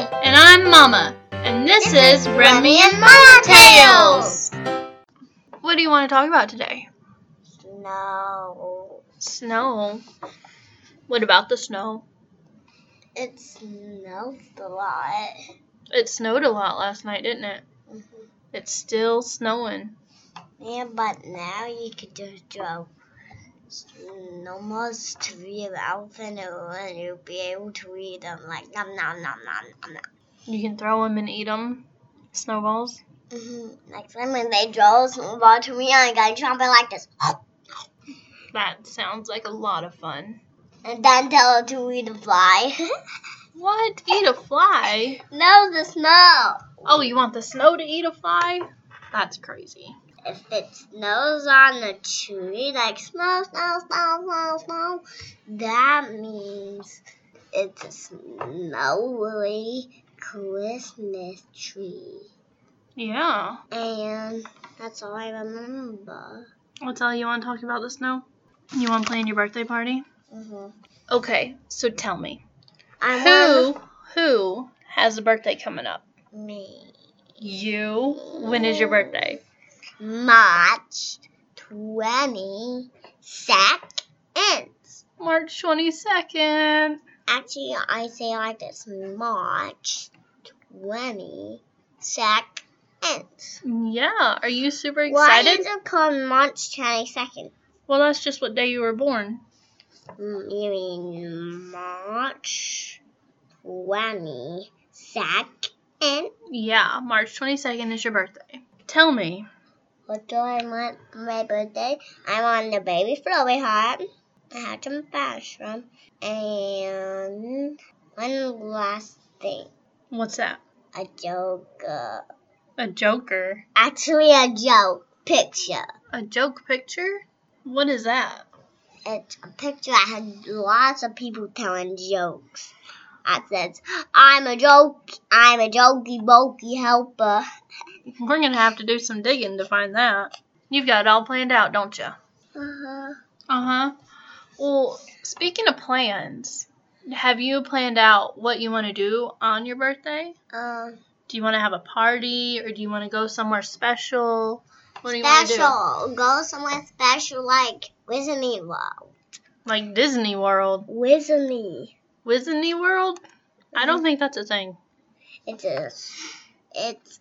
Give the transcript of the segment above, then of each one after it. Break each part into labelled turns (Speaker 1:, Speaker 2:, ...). Speaker 1: and Mama, and this is Remy and
Speaker 2: Mama
Speaker 1: Tails. What do you want to talk about today?
Speaker 2: Snow.
Speaker 1: Snow. What about the snow?
Speaker 2: It snows a lot.
Speaker 1: It snowed a lot last night, didn't it? It's still snowing.
Speaker 2: Yeah, but now you could just draw snowballs to read out and it'll- and you'll be able to read them like nom nom nom nom nom. nom.
Speaker 1: You can throw them and eat them. Snowballs.
Speaker 2: Mm-hmm. Next time when they draw a snowball to me, I gotta chomp it like this.
Speaker 1: That sounds like a lot of fun.
Speaker 2: And then tell it to read a fly.
Speaker 1: What? Eat a fly?
Speaker 2: no, the snow.
Speaker 1: Oh, you want the snow to eat a fly? That's crazy.
Speaker 2: If it snows on the tree, like snow, snow, snow, snow, snow, that means it's a snowy Christmas tree.
Speaker 1: Yeah.
Speaker 2: And that's all I remember.
Speaker 1: What's all you want to talk about the snow? You want to play in your birthday party?
Speaker 2: Mm-hmm.
Speaker 1: Okay, so tell me.
Speaker 2: I
Speaker 1: Who
Speaker 2: Um,
Speaker 1: who has a birthday coming up?
Speaker 2: want me
Speaker 1: You. When is your birthday?
Speaker 2: March 22nd.
Speaker 1: March 22nd.
Speaker 2: Actually, I say like this March 22nd.
Speaker 1: Yeah, are you super
Speaker 2: Why
Speaker 1: excited?
Speaker 2: is it called March 22nd?
Speaker 1: well, that's just what day you were born.
Speaker 2: Mm, You mean March 22nd?
Speaker 1: Yeah, March 22nd is your birthday. Tell me.
Speaker 2: What do I want for my birthday? I want a baby flowy hat, a hat and bathroom, and one last thing,
Speaker 1: What's that?
Speaker 2: a joker.
Speaker 1: A joker.
Speaker 2: Actually, a joke picture.
Speaker 1: A joke picture? What is that?
Speaker 2: It's a picture that had lots of people telling jokes. That says, I'm a joke, I'm a jokey bokey helper.
Speaker 1: We're going to have to do some digging to find that. You've got it all planned out, don't you?
Speaker 2: Uh-huh.
Speaker 1: Uh huh. Well, speaking of plans, have you planned out what you want to do on your birthday?
Speaker 2: Um,
Speaker 1: Do you want to have a party or do you want to go somewhere special? What do you want to do?
Speaker 2: special. Go somewhere special like Disney World.
Speaker 1: Like Disney World.
Speaker 2: Disney.
Speaker 1: Disney World? I
Speaker 2: Mm-hmm.
Speaker 1: don't think that's a thing.
Speaker 2: It's a, it's,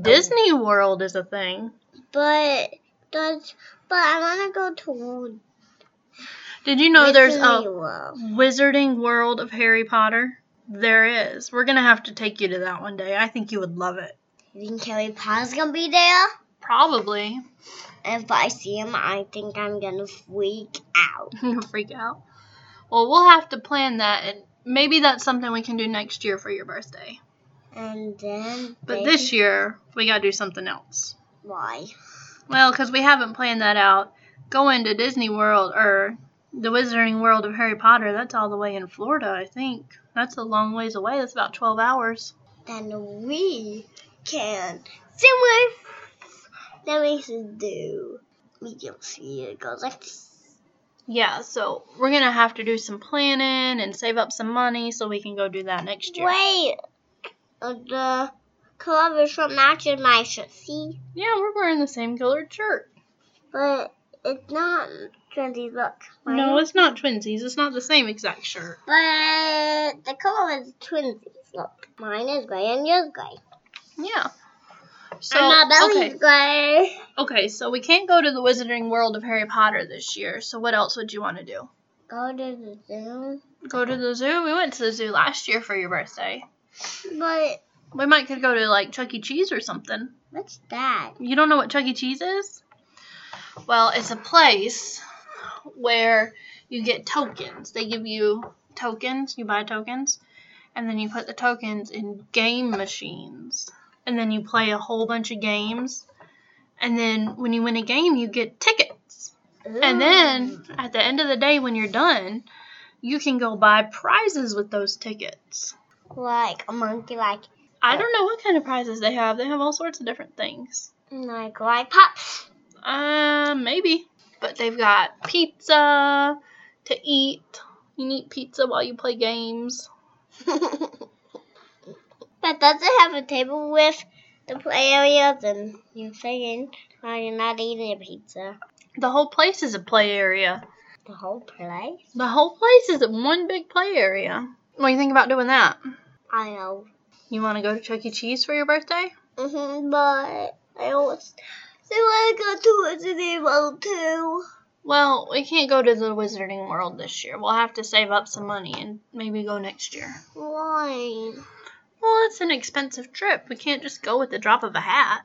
Speaker 1: Disney World is a thing.
Speaker 2: but, does, but I want to go to
Speaker 1: Did you know there's oh.
Speaker 2: Disney
Speaker 1: a
Speaker 2: World.
Speaker 1: Wizarding World of Harry Potter? There is. We're going to have to take you to that one day. I think you would love it.
Speaker 2: You think Harry Potter's gonna be there?
Speaker 1: Probably.
Speaker 2: If I see him, I think I'm gonna freak out.
Speaker 1: You'll freak out. Well, we'll have to plan that, and maybe that's something we can do next year for your birthday.
Speaker 2: And then.
Speaker 1: But this year, we gotta do something else.
Speaker 2: Why?
Speaker 1: Well, 'cause we haven't planned that out. Going to Disney World or the Wizarding World of Harry Potter, that's all the way in Florida, I think. That's a long ways away. That's about 12 hours.
Speaker 2: Then we can. Somewhere. Then we can do. We can see it goes like this.
Speaker 1: Yeah, so we're gonna have to do some planning and save up some money so we can go do that next year.
Speaker 2: Wait! Uh, the color should match my shirt. See?
Speaker 1: Yeah, we're wearing the same colored shirt.
Speaker 2: But it's not trendy. Look.
Speaker 1: No, it's not twinsies. It's not the same exact shirt.
Speaker 2: But the color is twinsies. Look. Mine is gray and yours gray.
Speaker 1: Yeah. So
Speaker 2: and uh, my belly's
Speaker 1: okay,
Speaker 2: gray.
Speaker 1: okay. So we can't go to the Wizarding World of Harry Potter this year. So what else would you want to do?
Speaker 2: Go to the zoo.
Speaker 1: Go to the zoo. We went to the zoo last year for your birthday.
Speaker 2: But
Speaker 1: We might could go to like Chuck E. Cheese or something.
Speaker 2: what's that?
Speaker 1: You don't know what Chuck E. Cheese is? Well, it's a place where you get tokens. They give you tokens. You buy tokens, and then you put the tokens in game machines, and then you play a whole bunch of games. And then when you win a game, you get tickets. And then at the end of the day, when you're done, you can go buy prizes with those tickets.
Speaker 2: Ooh, like a monkey, like
Speaker 1: I don't know what kind of prizes they have. They have all sorts of different things.
Speaker 2: like like pops.
Speaker 1: Uh, maybe. But they've got pizza to eat. You can eat pizza while you play games.
Speaker 2: but that doesn't have a table with the play area, then you're saying well, you're not eating a pizza.
Speaker 1: The whole place is a play area.
Speaker 2: The whole place?
Speaker 1: The whole place is one big play area. What do you think about doing that?
Speaker 2: I know.
Speaker 1: You want to go to Chuck E. Cheese for your birthday?
Speaker 2: hmm but I always they want to go to a city world too.
Speaker 1: Well, we can't go to the Wizarding World this year. We'll have to save up some money and maybe go next year.
Speaker 2: Why?
Speaker 1: Well, it's an expensive trip. We can't just go with the drop of a hat.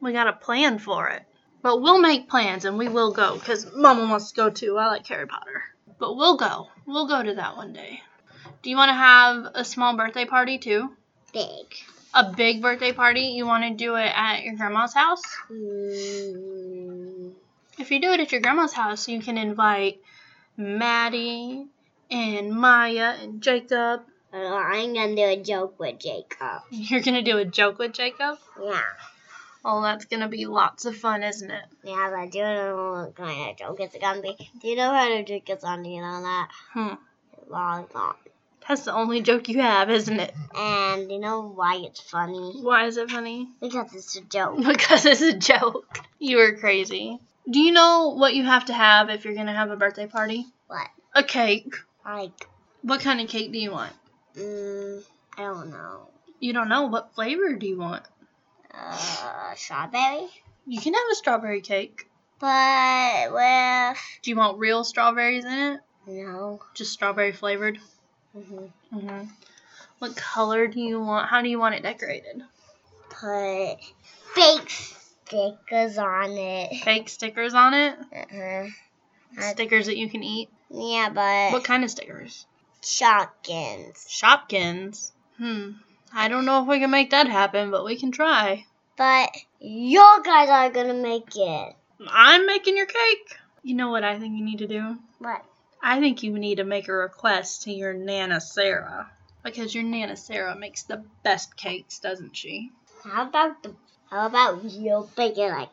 Speaker 1: We got to plan for it. But we'll make plans and we will go because Mama wants to go too. I like Harry Potter. But we'll go. We'll go to that one day. Do you want to have a small birthday party too?
Speaker 2: Big.
Speaker 1: A big birthday party? You want to do it at your grandma's house?
Speaker 2: Mm,
Speaker 1: If you do it at your grandma's house, you can invite Maddie and Maya and Jacob.
Speaker 2: oh, I'm gonna do a joke with Jacob.
Speaker 1: You're going to do a joke with Jacob?
Speaker 2: Yeah,
Speaker 1: Oh, that's going to be lots of fun, isn't it?
Speaker 2: yeah, but do you know what kind of joke it's gonna be? Do you know how to drink a song? Do you know that?
Speaker 1: Hmm.
Speaker 2: Lollipop.
Speaker 1: That's the only joke you have, isn't it?
Speaker 2: And you know why it's funny?
Speaker 1: Why is it funny?
Speaker 2: Because it's a joke.
Speaker 1: Because it's a joke. You are crazy. Do you know what you have to have if you're going to have a birthday party?
Speaker 2: What?
Speaker 1: A cake.
Speaker 2: Like,
Speaker 1: What kind of cake do you want?
Speaker 2: mm, I don't know.
Speaker 1: You don't know. What flavor do you want?
Speaker 2: Uh, strawberry?
Speaker 1: You can have a strawberry cake.
Speaker 2: But with
Speaker 1: Do you want real strawberries in it?
Speaker 2: no.
Speaker 1: Just strawberry flavored?
Speaker 2: hmm
Speaker 1: hmm What color do you want? How do you want it decorated?
Speaker 2: Put fake stickers on it.
Speaker 1: Fake stickers on it?
Speaker 2: Uh-huh. Uh,
Speaker 1: Stickers that you can eat?
Speaker 2: Yeah, but
Speaker 1: What kind of stickers?
Speaker 2: shotguns.
Speaker 1: Shopkins. Hmm. I don't know if we can make that happen, but we can try.
Speaker 2: But you guys are gonna make it.
Speaker 1: I'm making your cake. You know what I think you need to do?
Speaker 2: What?
Speaker 1: I think you need to make a request to your Nana Sarah. Because your Nana Sarah makes the best cakes, doesn't she?
Speaker 2: How about the? How about you make it like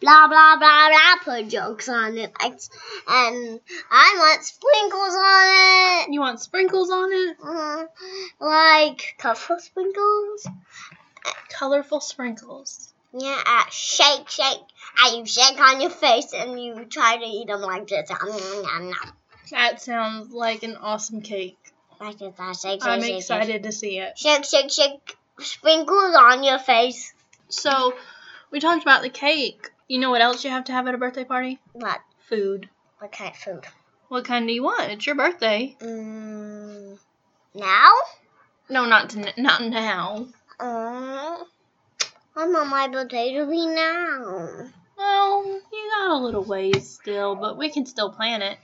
Speaker 2: blah blah blah blah? Put jokes on it, like, and I want sprinkles on it.
Speaker 1: You want sprinkles on it?
Speaker 2: Uh, like colorful sprinkles.
Speaker 1: Colorful sprinkles.
Speaker 2: Yeah, uh, shake, shake. And you shake on your face and you try to eat them like this. Nom, nom, nom, nom.
Speaker 1: That sounds like an awesome cake.
Speaker 2: Like this. uh, Shake, shake,
Speaker 1: I'm
Speaker 2: shake,
Speaker 1: excited to see it.
Speaker 2: Shake, shake, shake. Sprinkles on your face.
Speaker 1: So, we talked about the cake. You know what else you have to have at a birthday party?
Speaker 2: What?
Speaker 1: Food.
Speaker 2: What kind of food?
Speaker 1: What kind do you want? It's your birthday.
Speaker 2: Mm, now?
Speaker 1: No, not to, not now.
Speaker 2: Um, I'm on my potato be now.
Speaker 1: Well, you got a little ways still, but we can still plan it.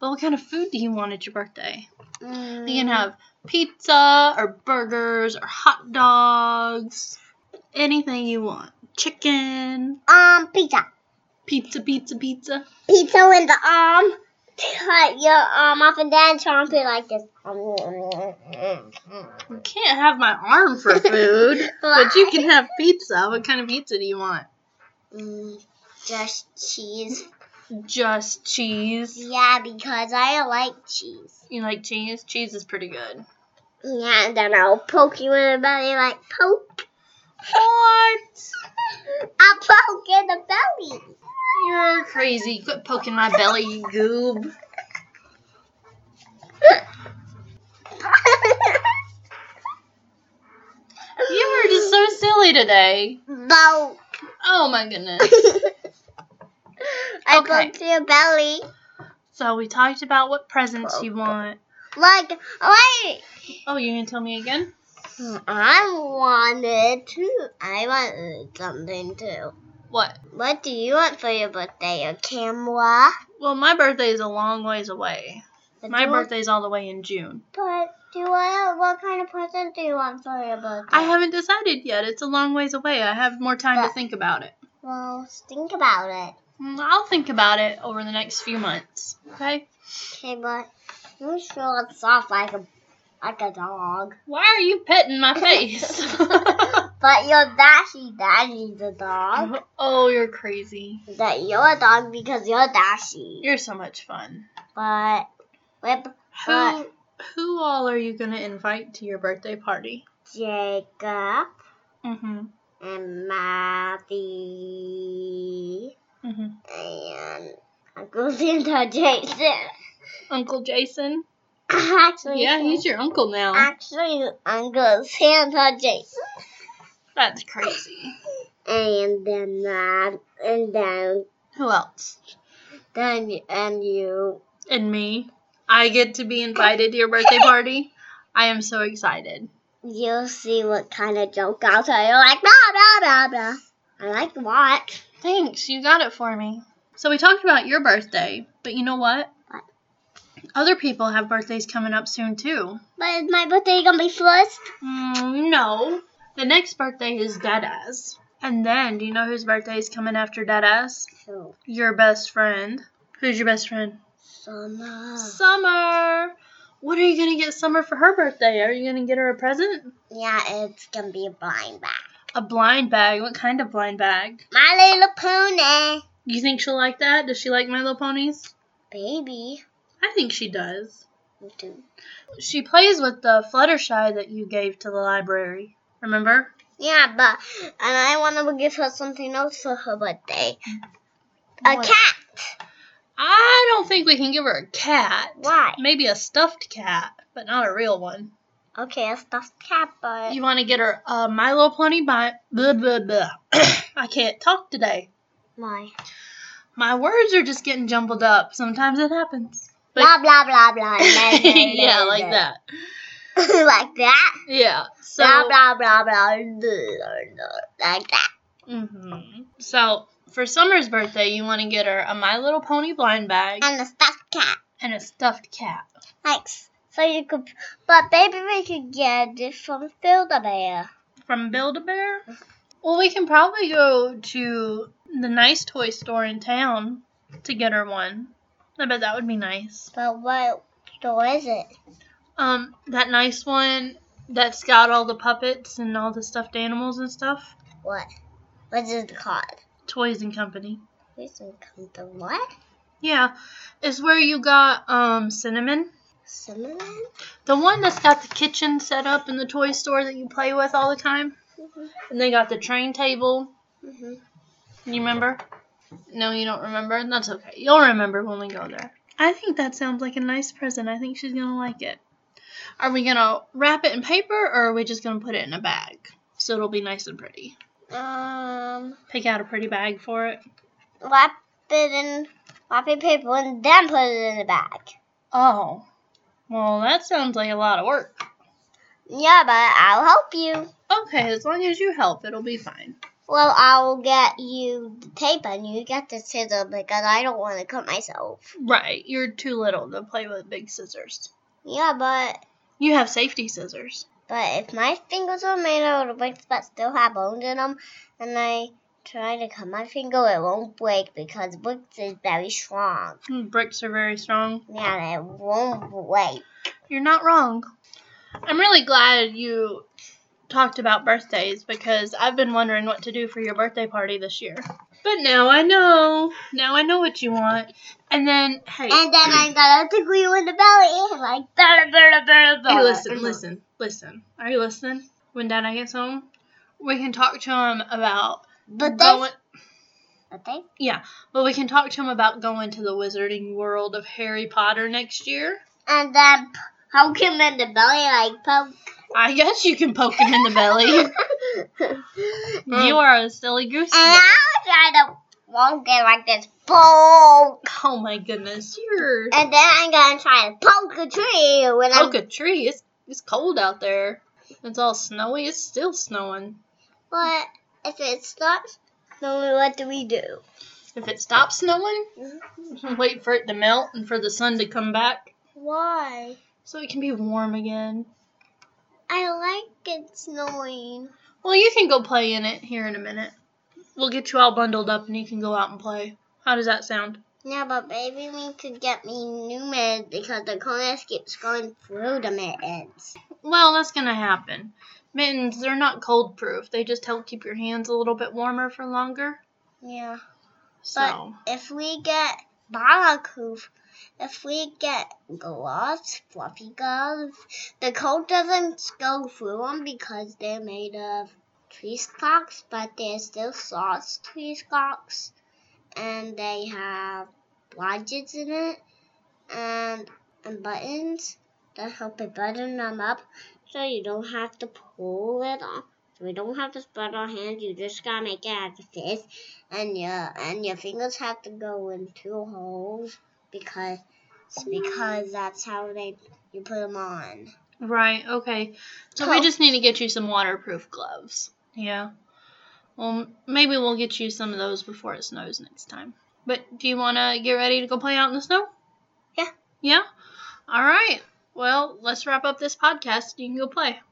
Speaker 1: But what kind of food do you want at your birthday?
Speaker 2: Mm,
Speaker 1: You can have pizza or burgers or hot dogs, anything you want. Chicken,
Speaker 2: um pizza.
Speaker 1: pizza, pizza, pizza.
Speaker 2: Pizza in the arm. Cut your arm off and then chomp it like this.
Speaker 1: You can't have my arm for food, but you can have pizza. What kind of pizza do you want?
Speaker 2: Mm, just cheese.
Speaker 1: Just cheese.
Speaker 2: Yeah, because I like cheese.
Speaker 1: You like cheese? Cheese is pretty good.
Speaker 2: Yeah, and then I'll poke you in the belly like poke.
Speaker 1: What?
Speaker 2: I'll poke in the belly.
Speaker 1: You're crazy. Quit poking my belly, you goob. You were just so silly today.
Speaker 2: Poke.
Speaker 1: Oh my goodness.
Speaker 2: I
Speaker 1: Okay.
Speaker 2: poked your belly.
Speaker 1: So we talked about what presents you want.
Speaker 2: Like, wait.
Speaker 1: Oh, you gonna tell me again?
Speaker 2: I wanted to. I wanted something too.
Speaker 1: What?
Speaker 2: What do you want for your birthday? A camera?
Speaker 1: Well, my birthday is a long ways away. My
Speaker 2: Do you want-
Speaker 1: birthday's all the way in June.
Speaker 2: But do you want what kind of present do you want for your birthday?
Speaker 1: I haven't decided yet. It's a long ways away. I have more time to
Speaker 2: But-
Speaker 1: think about it.
Speaker 2: Well, think about it.
Speaker 1: Mm, I'll think about it over the next few months. Okay?
Speaker 2: Okay, but you sure it's soft like a like a dog.
Speaker 1: Why are you petting my face?
Speaker 2: But your dashy dashy's a dog.
Speaker 1: oh, you're crazy.
Speaker 2: That you're a dog because you're dashy.
Speaker 1: You're so much fun.
Speaker 2: But whip
Speaker 1: Who
Speaker 2: What?
Speaker 1: Who all are you going to invite to your birthday party?
Speaker 2: Jacob
Speaker 1: Mm-hmm.
Speaker 2: and Maddie
Speaker 1: Mm-hmm.
Speaker 2: and Uncle Santa Jason.
Speaker 1: Uncle Jason?
Speaker 2: Actually,
Speaker 1: Yeah, he's your uncle now.
Speaker 2: actually Uncle Santa Jason.
Speaker 1: That's crazy.
Speaker 2: And then Mad, and then
Speaker 1: Who else?
Speaker 2: then you- and you.
Speaker 1: And me. I get to be invited to your birthday party. I am so excited.
Speaker 2: You'll see what kind of joke I'll tell you. Like blah blah blah blah. I like what?
Speaker 1: Thanks, you got it for me. So we talked about your birthday, but you know what?
Speaker 2: What?
Speaker 1: Other people have birthdays coming up soon too.
Speaker 2: But is my birthday gonna be first?
Speaker 1: Mm, no. The next birthday is Dada's. And then, do you know whose birthday is coming after Dada's?
Speaker 2: So
Speaker 1: Your best friend. Who's your best friend? Uh.
Speaker 2: summer.
Speaker 1: Summer. What are you going to get Summer for her birthday? Are you going to get her a present?
Speaker 2: Yeah, it's gonna be a blind bag.
Speaker 1: A blind bag. What kind of blind bag?
Speaker 2: My little pony,
Speaker 1: You think she'll like that? Does she like My Little Ponies?
Speaker 2: baby.
Speaker 1: I think she does.
Speaker 2: Me too.
Speaker 1: She plays with the Fluttershy that you gave to the library. Remember?
Speaker 2: Yeah, but and I want to give her something else for her birthday. A
Speaker 1: What?
Speaker 2: cat.
Speaker 1: I don't think we can give her a cat.
Speaker 2: Why?
Speaker 1: Maybe a stuffed cat, but not a real one.
Speaker 2: Okay, a stuffed cat, but
Speaker 1: You want to get her a My Little Pony by blah blah blah. I can't talk today.
Speaker 2: why?
Speaker 1: My words are just getting jumbled up. Sometimes it happens. But-
Speaker 2: blah blah blah blah. blah, blah,
Speaker 1: yeah,
Speaker 2: blah,
Speaker 1: like
Speaker 2: blah.
Speaker 1: that.
Speaker 2: like that.
Speaker 1: Yeah. So
Speaker 2: blah blah blah blah, blah, blah, like that.
Speaker 1: Mhm. So for Summer's birthday, you want to get her a My Little Pony blind bag
Speaker 2: And a stuffed cat.
Speaker 1: and a stuffed cat.
Speaker 2: Like s- so you could, but maybe we could get it from Field Bear.
Speaker 1: from Build a Bear? Well, we can probably go to the nice toy store in town to get her one. I bet that would be nice.
Speaker 2: But what store is it?
Speaker 1: Um, that nice one that's got all the puppets and all the stuffed animals and stuff.
Speaker 2: What? What is it called?
Speaker 1: Toys and Company.
Speaker 2: Who's gonna come to what?
Speaker 1: Yeah, it's where you got um cinnamon.
Speaker 2: Cinnamon?
Speaker 1: The one that's got the kitchen set up in the toy store that you play with all the time. And they got the train table.
Speaker 2: Mm-hmm.
Speaker 1: You remember? No, you don't remember? That's okay. You'll remember when we go there. I think that sounds like a nice present. I think she's going to like it. Are we going to wrap it in paper or are we just going to put it in a bag? So it'll be nice and pretty.
Speaker 2: Um,
Speaker 1: Pick out a pretty bag for it.
Speaker 2: wrap it in wrapping paper and then put it in the bag.
Speaker 1: Oh. Well, that sounds like a lot of work.
Speaker 2: Yeah, but I'll help you.
Speaker 1: Okay, as long as you help, it'll be fine.
Speaker 2: Well, I'll get you the tape and you get the scissors because I don't want to cut myself.
Speaker 1: Right, you're too little to play with big scissors.
Speaker 2: Yeah, but
Speaker 1: You have safety scissors.
Speaker 2: but if my fingers are made out of bricks but still have bones in them, and I try to cut my finger, it won't break because bricks is very strong.
Speaker 1: Hmm, Bricks are very strong.
Speaker 2: Yeah, it won't break.
Speaker 1: You're not wrong. I'm really glad you talked about birthdays because I've been wondering what to do for your birthday party this year. But now I know. Now I know what you want. And then, hey,
Speaker 2: And then I got a degree in the belly, and like bada bada bada bada.
Speaker 1: hey, listen, listen, listen. Are you listening? When Dada gets home, we can talk to him about
Speaker 2: But they,
Speaker 1: going.
Speaker 2: but they,
Speaker 1: But we can talk to him about going to the Wizarding World of Harry Potter next year.
Speaker 2: and then p- poke him in the belly, like poke.
Speaker 1: I guess you can poke him in the belly. You are a silly goose.
Speaker 2: And I'll try to wonk it like this, poke.
Speaker 1: Oh my goodness, you're
Speaker 2: And then I'm gonna try to poke a tree when
Speaker 1: poke
Speaker 2: I'm.
Speaker 1: a tree. It's it's cold out there. It's all snowy. It's still snowing.
Speaker 2: But if it stops, then what do we do?
Speaker 1: If it stops snowing, wait for it to melt and for the sun to come back
Speaker 2: Why?
Speaker 1: so it can be warm again.
Speaker 2: I like it snowing.
Speaker 1: Well, you can go play in it here in a minute. We'll get you all bundled up and you can go out and play. How does that sound?
Speaker 2: Yeah, but maybe we could get me new meds because the coldness keeps going through the meds.
Speaker 1: Well, that's gonna happen. Mittens, they're not cold proof. They just help keep your hands a little bit warmer for longer.
Speaker 2: Yeah.
Speaker 1: So
Speaker 2: If we get Balacoof, If we get gloves, fluffy gloves, the coat doesn't go through them because they're made of tree stalks, but they're still soft tree stalks, and they have widgets in it and and buttons that help it button them up, so you don't have to pull it off. So we don't have to spread our hands. You just gotta make it as a fist, and your and your fingers have to go in two holes because because that's how they you put them on.
Speaker 1: Right, okay. So
Speaker 2: Cool.
Speaker 1: we just need to get you some waterproof gloves. Yeah. Well, m- maybe we'll get you some of those before it snows next time. But do you want to get ready to go play out in the snow?
Speaker 2: Yeah.
Speaker 1: Yeah? All right. Well, let's wrap up this podcast. You can go play.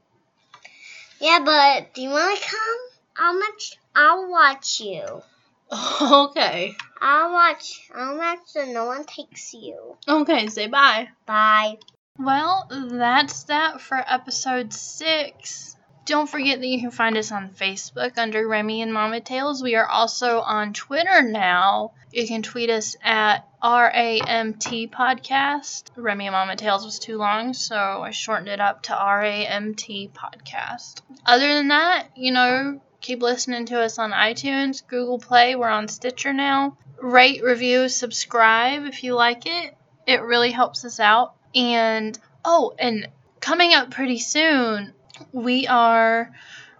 Speaker 2: Yeah, but do you want to come? I'll watch. I'll watch you.
Speaker 1: okay.
Speaker 2: I'll watch. I'll watch so no one takes you.
Speaker 1: Okay, say bye.
Speaker 2: Bye.
Speaker 1: Well, that's that for episode six. Don't forget that you can find us on Facebook under Remy and Mama Tales. We are also on Twitter now. You can tweet us at RAMT Podcast. Remy and Mama Tales was too long, so I shortened it up to RAMT Podcast. Other than that, you know, keep listening to us on iTunes, Google Play. We're on Stitcher now. Rate, review, subscribe if you like it it really helps us out. And oh, and coming up pretty soon, we are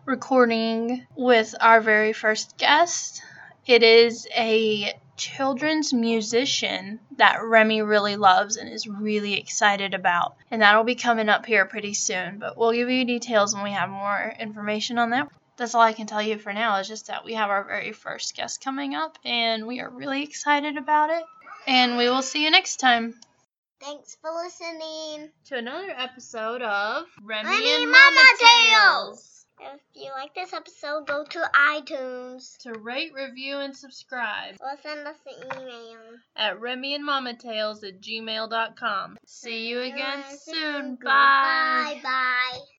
Speaker 1: recording with our very first guest. It is a children's musician that Remy really loves and is really excited about. And that'll be coming up here pretty soon, but we'll give you details when we have more information on that. That's all I can tell you for now is just that we have our very first guest coming up and we are really excited about it. And we will see you next time
Speaker 2: Thanks for listening.
Speaker 1: to another episode of Remy,
Speaker 2: Remy
Speaker 1: and
Speaker 2: and
Speaker 1: Mama,
Speaker 2: Mama
Speaker 1: Tales.
Speaker 2: If you like this episode, go to iTunes
Speaker 1: To rate, review, and subscribe
Speaker 2: or send us an email.
Speaker 1: at Remy and Mama Tales at gmail.com. See you again soon. Bye.
Speaker 2: Bye. Bye.